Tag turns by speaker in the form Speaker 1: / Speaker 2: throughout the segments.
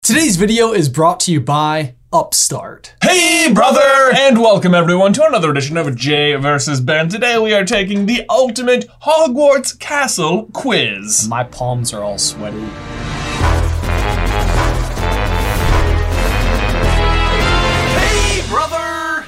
Speaker 1: Today's video is brought to you by Upstart.
Speaker 2: Hey, brother! And welcome everyone to another edition of Jay versus Ben. Today we are taking the ultimate Hogwarts Castle quiz.
Speaker 1: My palms are all sweaty.
Speaker 2: Hey, brother!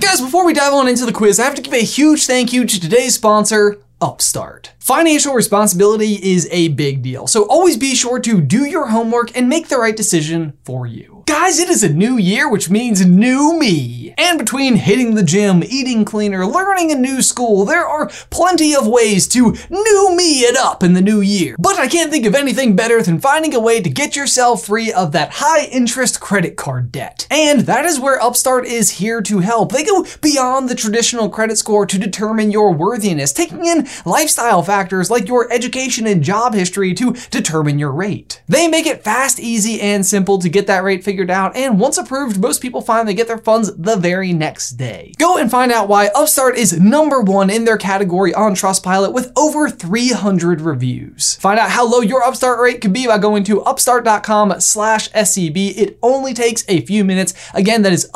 Speaker 1: Guys, before we dive on into the quiz, I have to give a huge thank you to today's sponsor, Upstart. Financial responsibility is a big deal, so always be sure to do your homework and make the right decision for you. Guys, it is a new year, which means new me. And between hitting the gym, eating cleaner, learning a new school, there are plenty of ways to new me it up in the new year. But I can't think of anything better than finding a way to get yourself free of that high interest credit card debt. And that is where Upstart is here to help. They go beyond the traditional credit score to determine your worthiness, taking in lifestyle factors like your education and job history to determine your rate. They make it fast, easy, and simple to get that rate figured out, and once approved, most people find they get their funds the very next day. Go and find out why Upstart is number one in their category on Trustpilot with over 300 reviews. Find out how low your Upstart rate could be by going to upstart.com slash SCB. It only takes a few minutes. Again, that is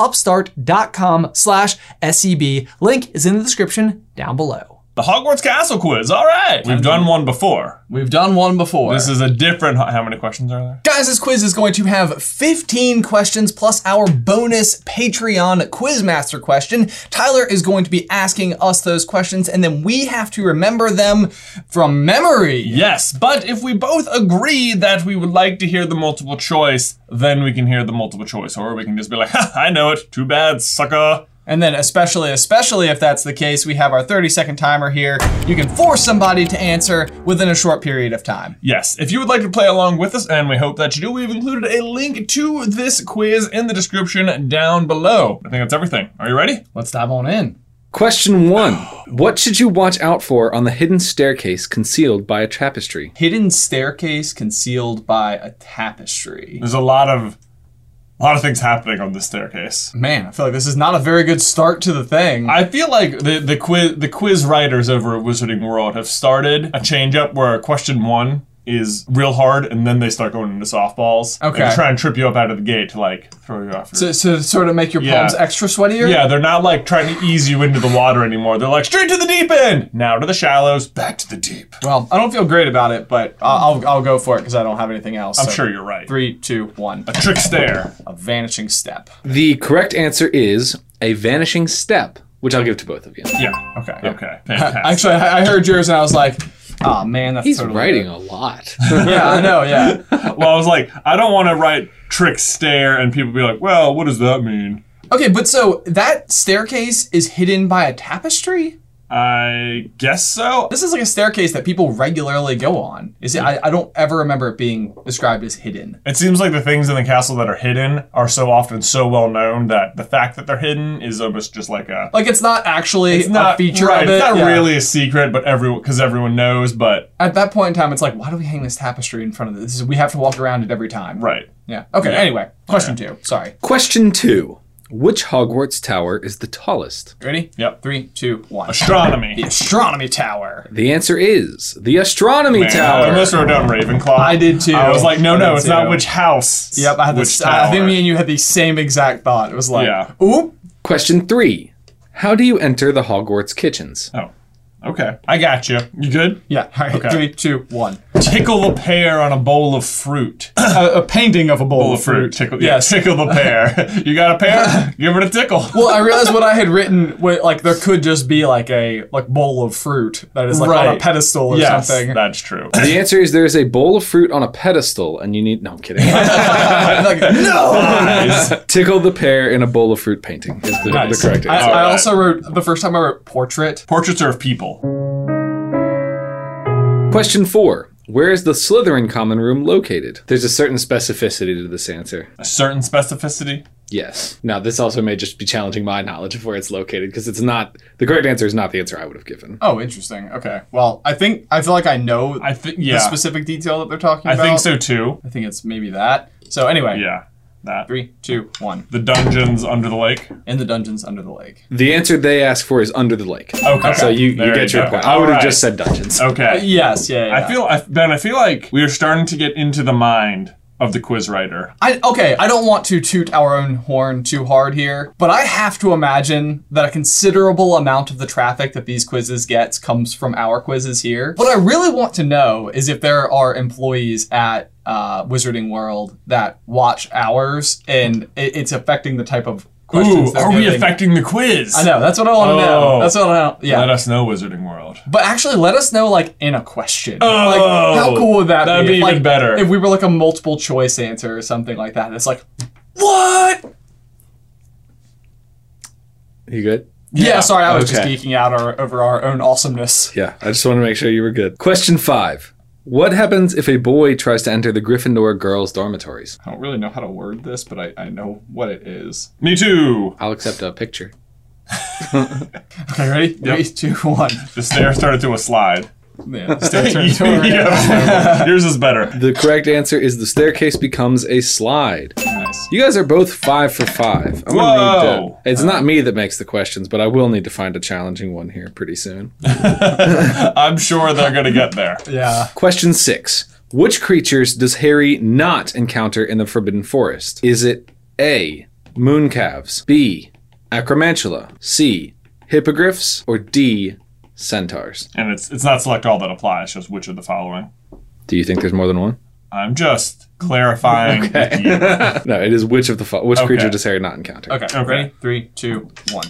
Speaker 1: upstart.com slash SCB. Link is in the description down below.
Speaker 2: The Hogwarts Castle quiz, alright! We've done one before.
Speaker 3: We've done one before.
Speaker 2: This is a different. How many questions are there?
Speaker 1: Guys, this quiz is going to have 15 questions plus our bonus Patreon Quizmaster question. Tyler is going to be asking us those questions, and then we have to remember them from memory.
Speaker 2: Yes, but if we both agree that we would like to hear the multiple choice, then we can hear the multiple choice, or we can just be like, ha, I know it, too bad, sucker.
Speaker 3: and then, especially, especially if that's the case, we have our 30 second timer here. You can force somebody to answer within a short period of time.
Speaker 2: Yes, if you would like to play along with us, and we hope that you do, we've included a link to this quiz in the description down below. I think that's everything. Are you ready?
Speaker 3: Let's dive on in.
Speaker 4: Question one What should you watch out for on the hidden staircase concealed by a tapestry?
Speaker 3: Hidden staircase concealed by a tapestry.
Speaker 2: There's a lot of a lot of things happening on this staircase.
Speaker 3: Man, I feel like this is not a very good start to the thing.
Speaker 2: I feel like the the quiz the quiz writers over at Wizarding World have started a change up where question one is real hard and then they start going into softballs.
Speaker 3: Okay.
Speaker 2: And try and trip you up out of the gate to like throw you off. Your,
Speaker 3: to, to sort of make your
Speaker 2: Yeah.
Speaker 3: palms extra sweatier?
Speaker 2: yeah, they're not like trying to ease you into the water anymore. They're like straight to the deep end. Now to the shallows, back to the deep.
Speaker 3: Well, I don't feel great about it, but I- I'll, I'll go for it because I don't have anything else.
Speaker 2: I'm
Speaker 3: So,
Speaker 2: sure you're right.
Speaker 3: Three, two, one.
Speaker 2: A trick stare.
Speaker 3: A vanishing step.
Speaker 4: The correct answer is a vanishing step, which I'll give to both of you.
Speaker 2: Yeah. Okay. Okay. Fantastic.
Speaker 3: Actually, I, I heard yours and I was like, oh man, that's
Speaker 4: He's
Speaker 3: totally
Speaker 4: writing a lot.
Speaker 3: yeah, I know. Yeah.
Speaker 2: well, I was like, I don't want to write trick stare and people be like, well, what does that mean?
Speaker 3: Okay, but so that staircase is hidden by a tapestry.
Speaker 2: I guess so.
Speaker 3: This is like a staircase that people regularly go on. Is it? I, I don't ever remember it being described as hidden.
Speaker 2: It seems like the things in the castle that are hidden are so often so well known that the fact that they're hidden is almost just like a
Speaker 3: Like it's not actually
Speaker 2: it's not
Speaker 3: a feature
Speaker 2: right,
Speaker 3: of it.
Speaker 2: It's not
Speaker 3: Yeah.
Speaker 2: really a secret, but everyone because everyone knows. But
Speaker 3: At that point in time, it's like, why do we hang this tapestry in front of this? We have to walk around it every time.
Speaker 2: right,
Speaker 3: Yeah. Okay.
Speaker 2: Yeah.
Speaker 3: Anyway, question two. Sorry.
Speaker 4: Question two Which Hogwarts tower is the tallest?
Speaker 3: Ready?
Speaker 2: Yep.
Speaker 3: Three, two, one.
Speaker 2: astronomy.
Speaker 3: the astronomy tower.
Speaker 4: The answer is the astronomy
Speaker 2: Man, I
Speaker 4: tower.
Speaker 2: almost wrote down Ravenclaw.
Speaker 3: I did too.
Speaker 2: I was like, no,
Speaker 3: I
Speaker 2: no,
Speaker 3: did
Speaker 2: it's not
Speaker 3: too.
Speaker 2: which house.
Speaker 3: Yep. I had
Speaker 2: which
Speaker 3: this. I I think
Speaker 2: tower.
Speaker 3: me and you had the same exact thought. It was like,
Speaker 2: Yeah.
Speaker 3: ooh,
Speaker 4: Question three How do you enter the Hogwarts kitchens?
Speaker 2: Oh, okay. I got you. You good?
Speaker 3: yeah. All right.
Speaker 2: Okay.
Speaker 3: Three, two, one.
Speaker 2: Tickle the pear on a bowl of fruit.
Speaker 3: a, a painting of a bowl,
Speaker 2: bowl
Speaker 3: of fruit.
Speaker 2: Tickle, yeah,
Speaker 3: yes.
Speaker 2: tickle the pear. you got a pear? Give it a tickle.
Speaker 3: well, I realized what I had written. wa- Like there could just be like a like bowl of fruit that is like on a
Speaker 2: Right.
Speaker 3: pedestal or
Speaker 2: yes,
Speaker 3: something.
Speaker 2: that's true.
Speaker 4: The answer is there is a bowl of fruit on a pedestal, and you need. No, I'm kidding.
Speaker 3: Like, no.
Speaker 2: Nice.
Speaker 4: Tickle the pear in a bowl of fruit painting is the,
Speaker 2: Nice.
Speaker 4: the correct
Speaker 3: I,
Speaker 4: answer.
Speaker 3: I
Speaker 2: Alright.
Speaker 3: also wrote the first time I wrote portrait.
Speaker 2: Portraits are of people.
Speaker 4: Question four. Where is the Slytherin common room located? There's a certain specificity to this answer.
Speaker 2: A certain specificity.
Speaker 4: Yes. Now, this also may just be challenging my knowledge of where it's located because it's not the correct answer is not the answer I would have given.
Speaker 3: Oh, interesting. Okay. Well, I think I feel like I know
Speaker 2: I think yeah.
Speaker 3: the specific detail that they're talking
Speaker 2: I
Speaker 3: about.
Speaker 2: think so too.
Speaker 3: I think it's maybe that. So anyway,
Speaker 2: Yeah. That.
Speaker 3: Three, two, one.
Speaker 2: The dungeons under the lake.
Speaker 3: In the dungeons under the lake.
Speaker 4: The answer they ask for is under the lake.
Speaker 2: Okay.
Speaker 4: So you, you
Speaker 2: Oh, There
Speaker 4: get your
Speaker 2: go. Oh.
Speaker 4: point. I would have
Speaker 2: Alright.
Speaker 4: just said dungeons.
Speaker 2: Okay.
Speaker 3: Yes, Uh, yeah, yeah.
Speaker 2: I feel I, Ben. I feel like we are starting to get into the mind of the quiz writer.
Speaker 3: I, okay, I don't want to toot our own horn too hard here, but I have to imagine that a considerable amount of the traffic that these quizzes gets comes from our quizzes here. What I really want to know is if there are employees at uh, Wizarding World that watch ours and it, it's affecting the type of questions.
Speaker 2: Ooh,
Speaker 3: they're
Speaker 2: are we
Speaker 3: getting.
Speaker 2: affecting the quiz?
Speaker 3: I know. That's what I want to know.
Speaker 2: Oh.
Speaker 3: That's what I yeah.
Speaker 2: Let us know, Wizarding World.
Speaker 3: But actually, let us know like in a question.
Speaker 2: Oh,
Speaker 3: like, how cool would that
Speaker 2: that'd
Speaker 3: be?
Speaker 2: be
Speaker 3: Like,
Speaker 2: even better.
Speaker 3: if we were like a multiple choice answer or something like that. It's like,
Speaker 2: What?
Speaker 4: You good?
Speaker 3: yeah, sorry, I was
Speaker 4: Okay.
Speaker 3: just geeking out our, over our own awesomeness.
Speaker 4: Yeah. I just want to make sure you were good. Question five. What happens if a boy tries to enter the Gryffindor girls' dormitories?
Speaker 3: I don't really know how to word this, but I, I know what it is.
Speaker 2: Me too.
Speaker 4: I'll accept a picture.
Speaker 3: Okay, ready? Three, two, one.
Speaker 2: The stair started to a slide.
Speaker 3: Yeah,
Speaker 2: Yeah. Yours is better.
Speaker 4: The correct answer is the staircase becomes a slide.
Speaker 3: Nice.
Speaker 4: You guys are both five for five. I'm gonna need
Speaker 2: Whoa.
Speaker 4: to, it's not me that makes the questions, but I will need to find a challenging one here pretty soon.
Speaker 2: I'm sure they're gonna get there.
Speaker 3: Yeah.
Speaker 4: Question six. Which creatures does Harry not encounter in the Forbidden Forest? Is it A. Mooncalves, B. Acromantula, C. Hippogriffs, or D. Centaurs?
Speaker 2: And it's it's not select all that applies. Just which of the following.
Speaker 4: Do you think there's more than one?
Speaker 2: I'm just clarifying. with you.
Speaker 4: no, it is which of the fo- which creature
Speaker 2: Okay.
Speaker 4: does Harry not encounter?
Speaker 3: Okay,
Speaker 2: Okay.
Speaker 3: ready? Three, two, one.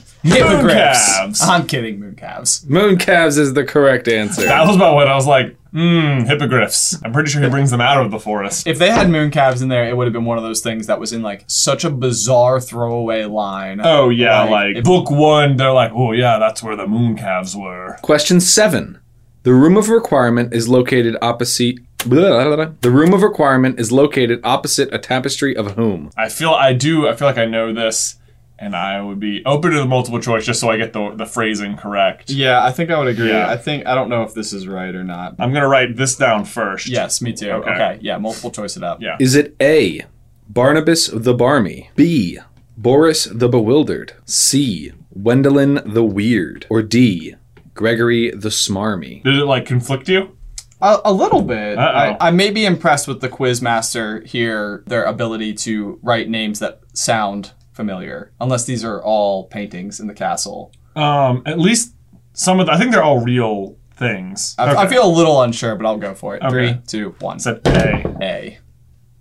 Speaker 2: Mooncalves.
Speaker 3: I'm kidding, mooncalves.
Speaker 4: Mooncalves is the correct answer.
Speaker 2: That was about what I was like. Hmm, hippogriffs. I'm pretty sure he brings them out of the forest.
Speaker 3: If they had mooncalves in there, it would have been one of those things that was in like such a bizarre throwaway line.
Speaker 2: Oh yeah, like,
Speaker 3: if-
Speaker 2: book one, they're like, oh yeah, that's where the mooncalves were.
Speaker 4: Question seven. The room of requirement is located opposite. Blah, blah, blah, blah. The room of requirement is located opposite a tapestry of whom?
Speaker 2: I feel I do. I feel like I know this, and I would be open to the multiple choice just so I get the the phrasing correct.
Speaker 5: Yeah, I think I would agree.
Speaker 2: Yeah.
Speaker 5: I think I don't know if this is right or not.
Speaker 2: I'm gonna write this down first.
Speaker 3: Yes, me too. Okay.
Speaker 2: Okay.
Speaker 3: Yeah, multiple choice it up.
Speaker 2: Yeah.
Speaker 4: Is it A. Barnabas the Barmy? B. Boris the Bewildered? C. Wendelin the Weird? Or D. Gregory the Smarmy?
Speaker 2: Did it like conflict you?
Speaker 3: A, a little bit.
Speaker 2: Uh-oh.
Speaker 3: I, I may be impressed with the quiz master here, their ability to write names that sound familiar, unless these are all paintings in the castle.
Speaker 2: Um, at least some of. The, I think they're all real things.
Speaker 3: I, I feel a little unsure, but I'll go for it.
Speaker 2: Okay.
Speaker 3: Three, two, one.
Speaker 2: Except A.
Speaker 3: A.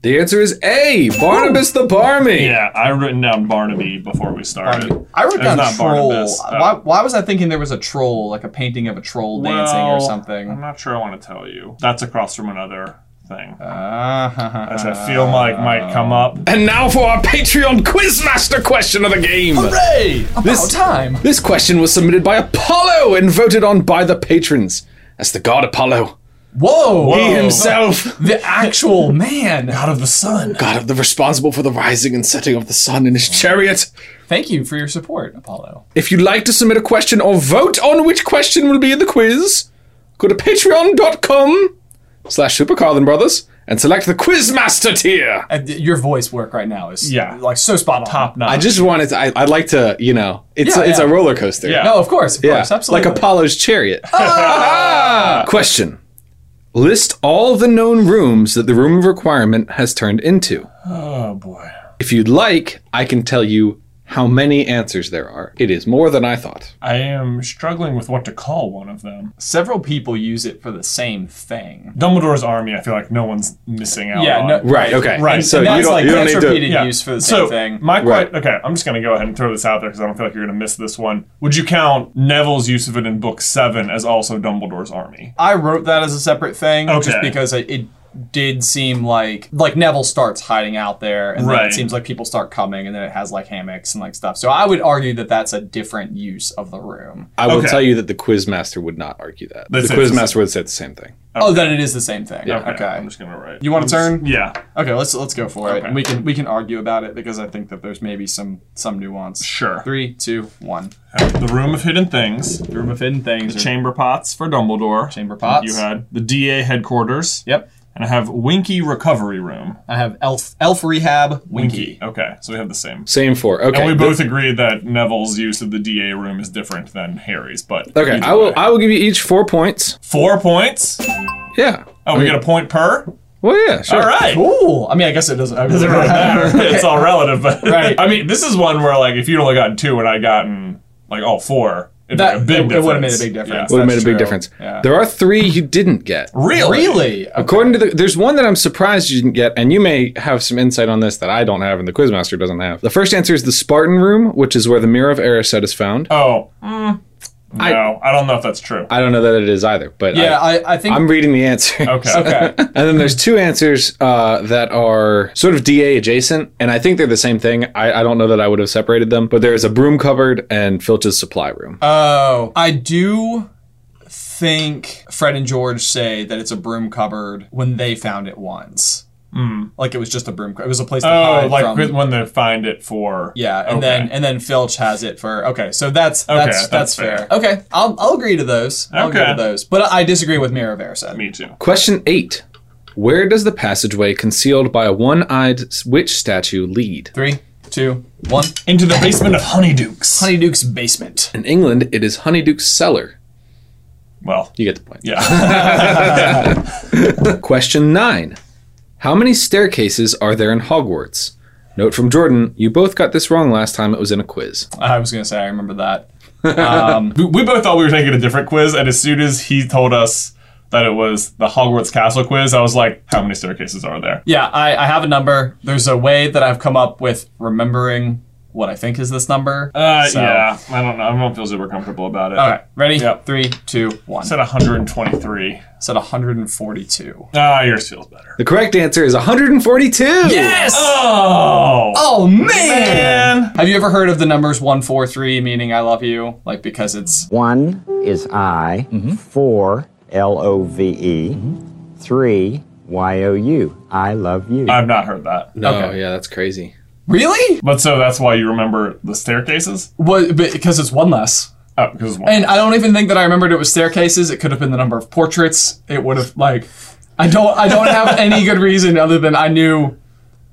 Speaker 4: The answer is A. Barnabas the Barmy.
Speaker 2: Yeah, I've written down Barnaby before we started.
Speaker 3: I wrote
Speaker 2: uh, It's
Speaker 3: down
Speaker 2: not
Speaker 3: troll.
Speaker 2: Barnabas. Oh.
Speaker 3: Why, why was I thinking there was a troll, like a painting of a troll dancing or
Speaker 2: Well,
Speaker 3: something?
Speaker 2: I'm not sure I want to tell you. That's across from another thing.
Speaker 3: Uh-huh. Uh,
Speaker 2: Which I feel like might come up.
Speaker 4: And now for our Patreon Quizmaster question of the game.
Speaker 3: Hooray! About
Speaker 4: This-
Speaker 3: time.
Speaker 4: This question was submitted by Apollo and voted on by the patrons. That's the god Apollo.
Speaker 3: Whoa!
Speaker 4: He
Speaker 2: Oh.
Speaker 4: himself,
Speaker 3: The actual man.
Speaker 2: Out of the sun.
Speaker 4: god of the responsible for the rising and setting of the sun in his chariot.
Speaker 3: Thank you for your support, Apollo.
Speaker 4: If you'd like to submit a question or vote on which question will be in the quiz, go to patreon.com slash supercarlinbrothers and select the Quizmaster tier.
Speaker 3: And Uh, th- your voice work right now is
Speaker 2: Yeah.
Speaker 3: like so spot on.
Speaker 2: Top notch.
Speaker 4: I just wanted to, I, I'd like to, you know, it's,
Speaker 3: Yeah,
Speaker 4: a, it's
Speaker 3: yeah.
Speaker 4: a roller coaster.
Speaker 2: Yeah.
Speaker 3: No, Oh, of course, of course, absolutely. Ah!
Speaker 4: Like Apollo's chariot. Question. List all the known rooms that the room of requirement has turned into.
Speaker 2: oh boy.
Speaker 4: If you'd like, I can tell you how many answers there are. It is more than I thought.
Speaker 2: I am struggling with what to call one of them.
Speaker 3: Several people use it for the same thing.
Speaker 2: Dumbledore's army, I feel like no one's missing out
Speaker 3: Yeah,
Speaker 2: on.
Speaker 3: no,
Speaker 4: Right, okay.
Speaker 2: Right,
Speaker 4: So
Speaker 3: and
Speaker 4: you
Speaker 3: that's
Speaker 4: don't,
Speaker 3: like
Speaker 4: you don't
Speaker 3: that's
Speaker 4: need to.
Speaker 3: repeated use for the same
Speaker 2: so
Speaker 3: thing.
Speaker 2: my que-
Speaker 4: Right.
Speaker 2: okay, I'm just gonna go ahead and throw this out there because I don't feel like you're gonna miss this one. Would you count Neville's use of it in Book Seven as also Dumbledore's army?
Speaker 3: I wrote that as a separate thing, just
Speaker 2: Okay.
Speaker 3: because it, it did seem like like Neville starts hiding out there, and then it
Speaker 2: Right.
Speaker 3: seems like people start coming, and then it has like hammocks and like stuff. So I would argue that that's a different use of the room.
Speaker 4: I will
Speaker 2: Okay.
Speaker 4: tell you that the quizmaster would not argue that.
Speaker 2: That's
Speaker 4: the
Speaker 2: it.
Speaker 4: quizmaster would say the same thing.
Speaker 3: Oh, then it is the same thing. Okay.
Speaker 2: I'm just gonna write.
Speaker 3: You want to turn?
Speaker 2: Yeah,
Speaker 3: Okay, let's let's go for it.
Speaker 2: Okay.
Speaker 3: We can we can argue about it because I think that there's maybe some some nuance.
Speaker 2: sure.
Speaker 3: Three, two, one.
Speaker 2: The Room of Hidden Things,
Speaker 3: The room of hidden things.
Speaker 2: the Chamber Pots for Dumbledore,
Speaker 3: chamber pots.
Speaker 2: You had the DA headquarters,
Speaker 3: Yep.
Speaker 2: and I have Winky Recovery Room.
Speaker 3: I have elf elf rehab winky.
Speaker 2: Okay, so we have the same.
Speaker 4: Same four. Okay.
Speaker 2: And we
Speaker 4: th-
Speaker 2: both agree that Neville's use of the DA room is different than Harry's, but
Speaker 4: Okay,
Speaker 2: either
Speaker 4: I will.
Speaker 2: way.
Speaker 4: I will give you each four points.
Speaker 2: Four points.
Speaker 4: Yeah.
Speaker 2: Oh, we get a point per.
Speaker 4: Well, yeah, sure.
Speaker 2: All right.
Speaker 3: Ooh, I mean, I guess it doesn't.
Speaker 2: Doesn't really matter. It's all relative. But
Speaker 3: Right.
Speaker 2: I mean, this is one where like if you'd only gotten two and I gotten like all four, it'd
Speaker 3: That-
Speaker 2: be a big
Speaker 3: it- it
Speaker 2: difference.
Speaker 3: would've made a big difference.
Speaker 4: Would have made a
Speaker 3: That's
Speaker 4: big
Speaker 3: true.
Speaker 4: difference.
Speaker 3: Yeah.
Speaker 4: There are three you didn't get.
Speaker 2: Really?
Speaker 3: Really?
Speaker 4: According to the, there's one that I'm surprised you didn't get, and you may have some insight on this that I don't have and the Quizmaster doesn't have. The first answer is the Spartan Room, which is where the Mirror of Erised is found.
Speaker 2: Oh. mm,
Speaker 4: I-
Speaker 2: no, I, don't know if that's true.
Speaker 4: I don't know that it is either, but
Speaker 3: Yeah, I, I think.
Speaker 4: I, am reading the answer.
Speaker 2: okay.
Speaker 3: okay.
Speaker 4: And then there's two answers uh, that are sort of DA adjacent, and I think they're the same thing. I, I don't know that I would have separated them, but there is a broom cupboard and Filch's supply room.
Speaker 3: Oh, I do think Fred and George say that it's a broom cupboard when they found it once. Mm. Like it was just a broom. cu- It was a place to
Speaker 2: Hmm. Oh,
Speaker 3: hide
Speaker 2: like
Speaker 3: from.
Speaker 2: when they find it for
Speaker 3: yeah, and
Speaker 2: Okay.
Speaker 3: then and then Filch has it for okay. So that's that's
Speaker 2: that's
Speaker 3: that's,
Speaker 2: fair.
Speaker 3: fair. Okay, I'll I'll agree to those. I'll agree
Speaker 2: Okay.
Speaker 3: to those. But I disagree with Mira Versa.
Speaker 2: me too.
Speaker 4: Question eight Where does the passageway concealed by a one eyed witch statue lead?
Speaker 3: Three, two, one.
Speaker 2: Into the basement of Honeydukes.
Speaker 3: Honeyduke's basement.
Speaker 4: In England, it is Honeyduke's cellar.
Speaker 2: well,
Speaker 4: You get the point.
Speaker 2: yeah.
Speaker 4: Question nine How many staircases are there in Hogwarts? Note from Jordan, you both got this wrong last time it was in a quiz.
Speaker 3: I was gonna say I remember that.
Speaker 2: we, we both thought we were taking a different quiz, and as soon as he told us that it was the Hogwarts Castle quiz, I was like, how many staircases are there?
Speaker 3: Yeah, I, I have a number. There's a way that I've come up with remembering what I think is this number.
Speaker 2: Uh,
Speaker 3: So-
Speaker 2: yeah. I don't know. I don't feel super comfortable about it.
Speaker 3: All right, ready?
Speaker 2: Yep.
Speaker 3: Three, two, one.
Speaker 2: I said 123.
Speaker 3: Said 142.
Speaker 2: Ah, yours feels better.
Speaker 4: The correct answer is 142!
Speaker 2: Oh!
Speaker 3: Oh man!
Speaker 2: man!
Speaker 3: Have you ever heard of the numbers 143 meaning I love you? Like because it's
Speaker 6: One is I, four, L O V E, three, Y O U. I love you.
Speaker 2: I've not heard that.
Speaker 4: No, Oh, yeah, that's crazy.
Speaker 3: Really?
Speaker 2: But so that's why you remember the staircases?
Speaker 3: What because it's one less.
Speaker 2: Oh, because one.
Speaker 3: And I don't even think that I remembered it was staircases. It could have been the number of portraits. It would have like I don't I don't have any good reason other than I knew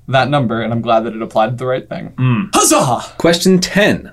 Speaker 3: that number and I'm glad that it applied to the right thing. Huzzah!
Speaker 4: Question 10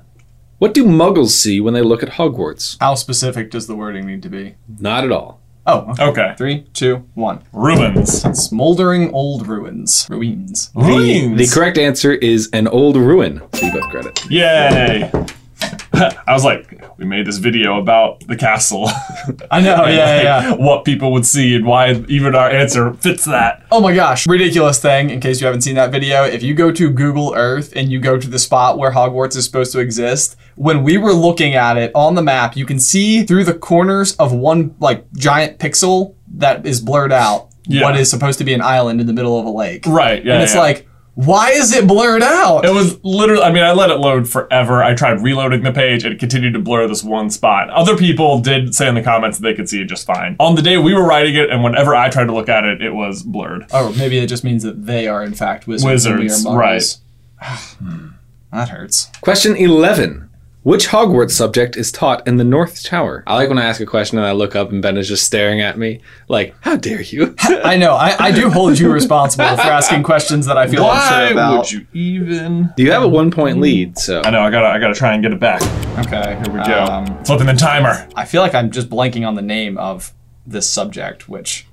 Speaker 4: What do muggles see when they look at Hogwarts?
Speaker 3: How specific does the wording need to be?
Speaker 4: Not at all.
Speaker 3: Oh, okay.
Speaker 2: okay.
Speaker 3: Three, two, one.
Speaker 2: Rubens.
Speaker 3: Smoldering old ruins. Ruins.
Speaker 2: Oh,
Speaker 4: The, the correct answer is an old ruin. So you both credit.
Speaker 2: Yay! I was like, we made this video about the castle.
Speaker 3: I know, yeah, yeah, yeah.
Speaker 2: What people would see and why even our answer fits that.
Speaker 3: Oh my gosh, ridiculous thing. In case you haven't seen that video, if you go to Google Earth and you go to the spot where Hogwarts is supposed to exist, when we were looking at it on the map, you can see through the corners of one like giant pixel that is blurred out
Speaker 2: Yeah.
Speaker 3: what is supposed to be an island in the middle of a lake.
Speaker 2: Right, yeah.
Speaker 3: and it's
Speaker 2: yeah.
Speaker 3: like, why is it blurred out?
Speaker 2: It was literally, I mean, I let it load forever. I tried reloading the page and it continued to blur this one spot. Other people did say in the comments that they could see it just fine. On the day we were writing it, and whenever I tried to look at it, it was blurred.
Speaker 3: or Oh, maybe it just means that they are in fact wizards. and we are
Speaker 2: Wizards,
Speaker 3: muggles.
Speaker 2: right.
Speaker 3: Hmm, that hurts.
Speaker 4: Question 11 Which Hogwarts subject is taught in the North Tower? I like when I ask a question and I look up and Ben is just staring at me like, how dare you?
Speaker 3: I know. I, I do hold you responsible for asking questions that I feel unsure about.
Speaker 5: would
Speaker 2: you even?
Speaker 4: you have a one point lead, so.
Speaker 2: I know. I gotta. I gotta try and get it back.
Speaker 3: Okay, um, here we
Speaker 2: Go. Flipping the timer.
Speaker 3: I feel like I'm just blanking on the name of this subject, which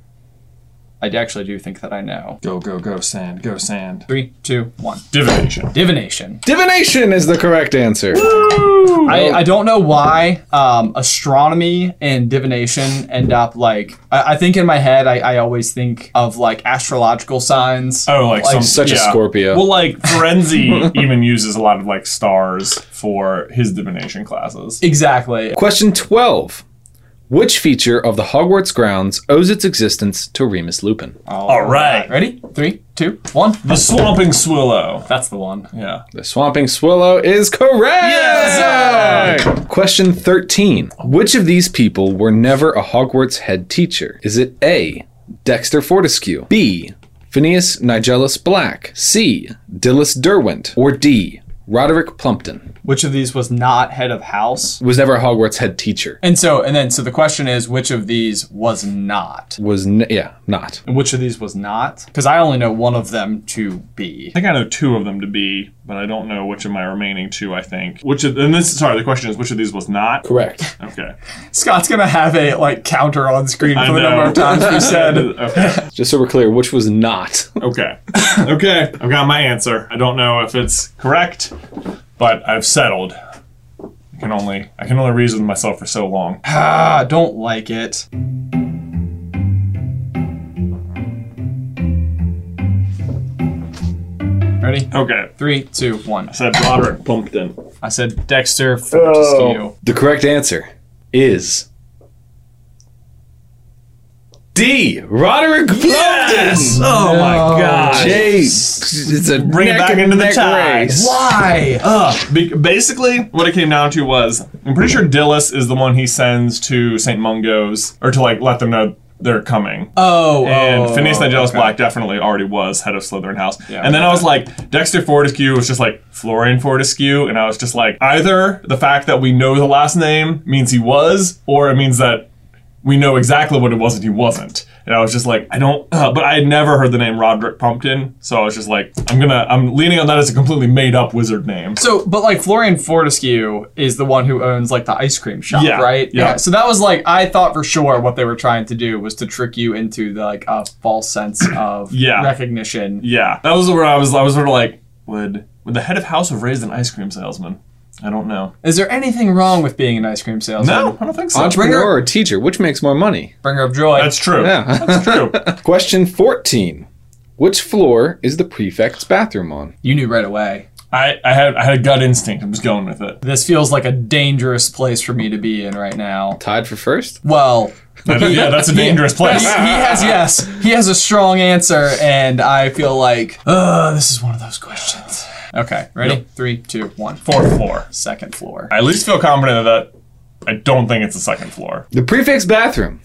Speaker 3: I actually do think that I know.
Speaker 2: Go go go sand. Go sand.
Speaker 3: Three, two, one.
Speaker 2: Divination.
Speaker 3: Divination.
Speaker 4: Divination is the correct answer.
Speaker 3: I, I don't know why um, astronomy and divination end up like. I, I think in my head, I, I always think of like astrological signs.
Speaker 2: Oh, like, some
Speaker 4: such a
Speaker 2: yeah.
Speaker 4: Scorpio.
Speaker 2: Well, like Ferenzi even uses a lot of like stars for his divination classes.
Speaker 3: Exactly.
Speaker 4: Question 12 Which feature of the Hogwarts grounds owes its existence to Remus Lupin?
Speaker 2: All right.
Speaker 3: Ready? Three, two, one.
Speaker 2: The swamping swillow.
Speaker 3: That's the one.
Speaker 2: Yeah.
Speaker 4: The Swamping Swallow is correct! Question 13 Which of these people were never a Hogwarts head teacher? Is it A. Dexter Fortescue, B. Phineas Nigellus Black, C. Dillis Derwent, or D. Roderick Plumpton
Speaker 3: Which of these was not head of house?
Speaker 4: was never a Hogwarts head teacher.
Speaker 3: And so, and then, so the question is, which of these was not?
Speaker 4: Was n- yeah not.
Speaker 3: And which of these was not? Because I only know one of them to be.
Speaker 2: I think I know two of them to be, but I don't know which of my remaining two. I think which of and this sorry the question is which of these was not
Speaker 4: Correct.
Speaker 2: okay.
Speaker 3: Scott's gonna have a like counter on screen for
Speaker 2: I
Speaker 3: the
Speaker 2: know.
Speaker 3: number of times we said.
Speaker 2: okay,
Speaker 4: Just so we're clear, which was not.
Speaker 2: okay, okay. I've got my answer. I don't know if it's correct, but I've settled. I can only I can only reason with myself for so long.
Speaker 3: Ah, don't like it. Ready?
Speaker 2: Okay,
Speaker 3: Three, two, one.
Speaker 2: I said Roderick Plumpton.
Speaker 3: I said Dexter Fortescue.
Speaker 4: The correct answer is D. Roderick Plumpton.
Speaker 2: Oh my gosh.
Speaker 4: Jay, it's a
Speaker 2: Bring it
Speaker 4: neck
Speaker 2: back
Speaker 4: and
Speaker 2: into the
Speaker 4: neck
Speaker 2: tie.
Speaker 4: race.
Speaker 3: Why?
Speaker 2: Uh, be- basically, what it came down to was I'm pretty sure Dillis is the one he sends to St. Mungo's or to like let them know they're coming.
Speaker 3: Oh,
Speaker 2: and
Speaker 3: oh,
Speaker 2: Phineas Nigellus
Speaker 3: okay.
Speaker 2: Black definitely already was head of Slytherin House.
Speaker 3: Yeah.
Speaker 2: and then I was like, Dexter Fortescue was just like Florian Fortescue, and I was just like, either the fact that we know the last name means he was, or it means that we know exactly what it was and he wasn't. And I was just like, I don't, uh, but I had never heard the name Roderick Pumpkin, so I was just like, I'm gonna, I'm leaning on that as a completely made up wizard name.
Speaker 3: So, but like Florian Fortescue is the one who owns like the ice cream shop,
Speaker 2: Yeah,
Speaker 3: right?
Speaker 2: yeah.
Speaker 3: So that was like I thought for sure what they were trying to do was to trick you into the, like a false sense of
Speaker 2: Yeah.
Speaker 3: recognition.
Speaker 2: Yeah, that was where I was. I was sort of like, would would the head of house have raised an ice cream salesman? I don't know.
Speaker 3: Is there anything wrong with being an ice cream salesman?
Speaker 2: No, I don't think so.
Speaker 4: Entrepreneur or teacher, which makes more money?
Speaker 3: Bringer of joy.
Speaker 2: That's true.
Speaker 4: Yeah.
Speaker 2: That's true.
Speaker 4: Question 14. Which floor is the prefect's bathroom on?
Speaker 3: you knew right away.
Speaker 2: I, I had I had a gut instinct. I'm just going with it.
Speaker 3: This feels like a dangerous place for me to be in right now.
Speaker 4: Tied for first?
Speaker 3: Well,
Speaker 2: That- yeah, that's a dangerous place.
Speaker 3: he, he has yes, he has a strong answer, and I feel like, uh, this is one of those questions. Okay, ready? Three, two, one.
Speaker 2: Fourth floor.
Speaker 3: Second floor.
Speaker 2: I at least feel confident that I don't think it's the second floor.
Speaker 4: The prefect's bathroom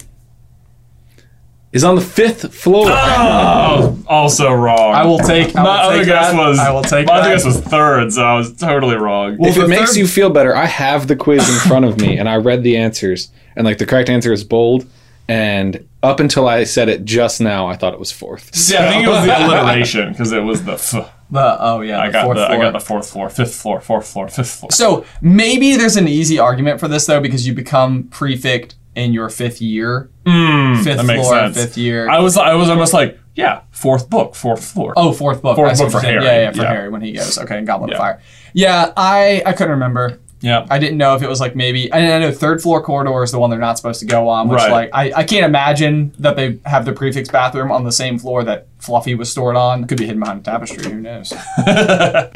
Speaker 4: is on the fifth floor.
Speaker 2: Oh, also wrong.
Speaker 3: I will take. I
Speaker 2: My
Speaker 3: will
Speaker 2: other
Speaker 3: take
Speaker 2: guess
Speaker 3: that.
Speaker 2: was
Speaker 3: I will take
Speaker 2: my
Speaker 3: that.
Speaker 2: other guess was third, so I was totally wrong.
Speaker 4: if
Speaker 3: the
Speaker 4: it makes
Speaker 3: third-
Speaker 4: you feel better, I have the quiz in front of me and I read the answers and like the correct answer is bold and up until I said it just now I thought it was fourth.
Speaker 2: yeah, I think it was the alliteration because it was the. F-
Speaker 3: The- oh yeah,
Speaker 2: I
Speaker 3: the
Speaker 2: got
Speaker 3: fourth
Speaker 2: the I
Speaker 3: floor.
Speaker 2: got the fourth floor, fifth floor, fourth floor, fifth floor.
Speaker 3: so maybe there's an easy argument for this though, because you become prefect in your fifth year, fifth
Speaker 2: Hmm, that makes
Speaker 3: floor,
Speaker 2: sense.
Speaker 3: fifth year.
Speaker 2: I was I was almost like yeah, fourth book, fourth floor.
Speaker 3: oh, fourth book.
Speaker 2: Fourth
Speaker 3: I see
Speaker 2: book
Speaker 3: what
Speaker 2: for
Speaker 3: you're saying.
Speaker 2: Harry.
Speaker 3: Yeah, yeah, for
Speaker 2: Yeah.
Speaker 3: Harry when he goes. Okay, and Goblet
Speaker 2: Yeah.
Speaker 3: of Fire. Yeah, I I couldn't remember.
Speaker 2: yeah.
Speaker 3: I didn't know if it was like maybe. And I know third floor corridor is the one they're not supposed to go on, which
Speaker 2: Right.
Speaker 3: like I, I can't imagine that they have the prefix bathroom on the same floor that Fluffy was stored on. Could be hidden behind a tapestry. Who knows?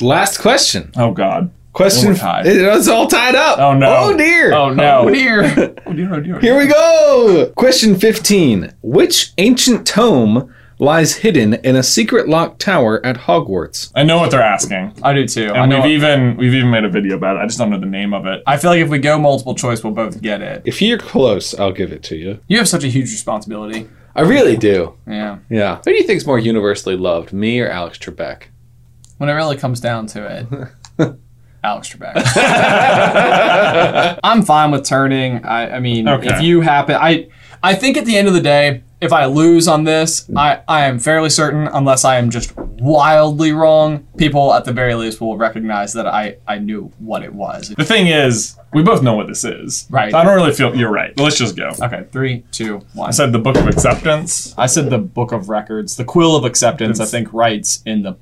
Speaker 4: Last question.
Speaker 2: oh God.
Speaker 4: Question
Speaker 2: we're tied.
Speaker 4: It- It's all tied up.
Speaker 2: Oh no.
Speaker 4: Oh dear.
Speaker 2: Oh no.
Speaker 3: Oh dear.
Speaker 2: Oh, dear, oh, dear, oh, dear.
Speaker 4: Here we go. Question 15. Which ancient tome lies hidden in a secret locked tower at Hogwarts?
Speaker 2: I know what they're asking.
Speaker 3: I do too. I
Speaker 2: And
Speaker 3: know.
Speaker 2: we've e- even we've even made a video about it. I just don't know the name of it.
Speaker 3: I feel like if we go multiple choice, we'll both get it.
Speaker 4: If you're close, I'll give it to you.
Speaker 3: You have such a huge responsibility.
Speaker 4: I really do.
Speaker 3: Yeah.
Speaker 4: Yeah. Who do you think's more universally loved, me or Alex Trebek?
Speaker 3: When it really comes down to it, Alex Trebek. I'm fine with turning. I, I mean,
Speaker 2: Okay.
Speaker 3: if you happen, I, I think at the end of the day, if I lose on this, I, I am fairly certain, unless I am just wildly wrong, people at the very least will recognize that I, I knew what it was.
Speaker 2: The thing is, we both know what this is.
Speaker 3: Right.
Speaker 2: I don't really feel you're right. Let's just go. I
Speaker 3: Okay, three, two, one.
Speaker 2: said the book of acceptance.
Speaker 3: I said the Book of Records. The Quill of Acceptance, I think, writes in the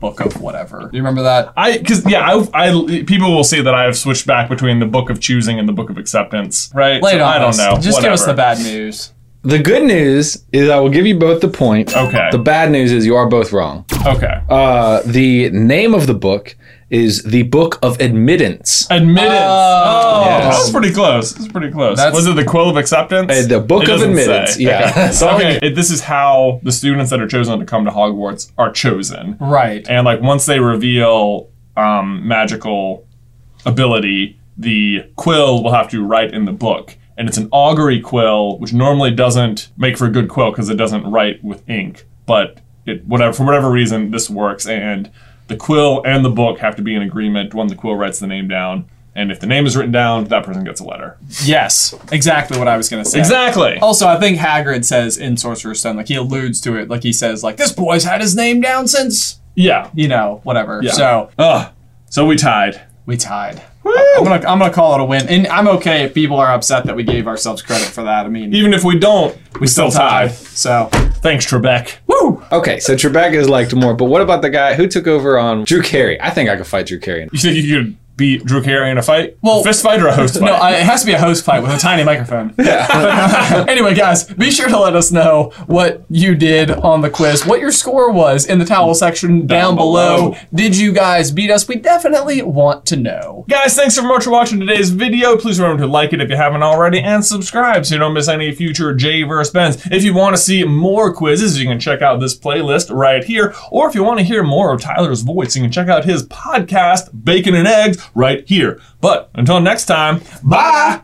Speaker 3: Book of whatever. You remember that?
Speaker 2: I because yeah, I, I people will say that I have switched back between the book of choosing and the book of acceptance. Right.
Speaker 3: Lay it
Speaker 2: So
Speaker 3: on
Speaker 2: I don't
Speaker 3: us.
Speaker 2: know.
Speaker 3: Just give us the bad
Speaker 2: Whatever.
Speaker 3: news.
Speaker 4: The good news is I will give you both the point.
Speaker 2: Okay.
Speaker 4: The bad news is you are both wrong.
Speaker 2: Okay.
Speaker 4: Uh, the name of the book is The Book of Admittance.
Speaker 2: Admittance.
Speaker 3: Oh.
Speaker 2: Oh,
Speaker 4: Yes.
Speaker 2: that was pretty close. That was pretty close.
Speaker 3: That's-
Speaker 2: was it the quill of acceptance?
Speaker 4: Uh, the Book
Speaker 2: It
Speaker 4: of
Speaker 2: doesn't
Speaker 4: Admittance.
Speaker 2: say.
Speaker 4: Yeah.
Speaker 2: So, okay, it- this is how the students that are chosen to come to Hogwarts are chosen.
Speaker 3: Right.
Speaker 2: and like once they reveal um, magical ability, the quill will have to write in the book, and it's an augury quill, which normally doesn't make for a good quill because it doesn't write with ink. But it whatever for whatever reason this works, and the quill and the book have to be in agreement when the quill writes the name down. And if the name is written down, that person gets a letter.
Speaker 3: Yes, exactly what I was gonna say.
Speaker 2: Exactly.
Speaker 3: Also, I think Hagrid says in Sorcerer's Stone, like he alludes to it, like he says, like this boy's had his name down since
Speaker 2: Yeah.
Speaker 3: you know whatever. So
Speaker 2: Ugh. So we tied.
Speaker 3: we tied. I'm gonna I'm gonna call it a win, and I'm okay if people are upset that we gave ourselves credit for that. I mean,
Speaker 2: Even if we don't, we still tied.
Speaker 3: So
Speaker 2: Thanks, Trebek.
Speaker 3: woo.
Speaker 4: Okay, so Trebek is liked more, but what about the guy who took over on Drew Carey? I think I could fight Drew Carey.
Speaker 2: You think you could beat Drew Carey in a fight?
Speaker 3: Well-
Speaker 2: a fist fight or a host fight?
Speaker 3: No, I, it has to be a host fight with a tiny microphone. anyway, guys, be sure to let us know what you did on the quiz, what your score was in the towel section down, below.
Speaker 2: below.
Speaker 3: Did you guys beat us? We definitely want to know.
Speaker 2: Guys, thanks so much for watching today's video. Please remember to like it if you haven't already and subscribe so you don't miss any future J vs. Benz. If you want to see more quizzes, you can check out this playlist right here. Or if you want to hear more of Tyler's voice, you can check out his podcast, Bacon and Eggs, right here. But until next time, bye!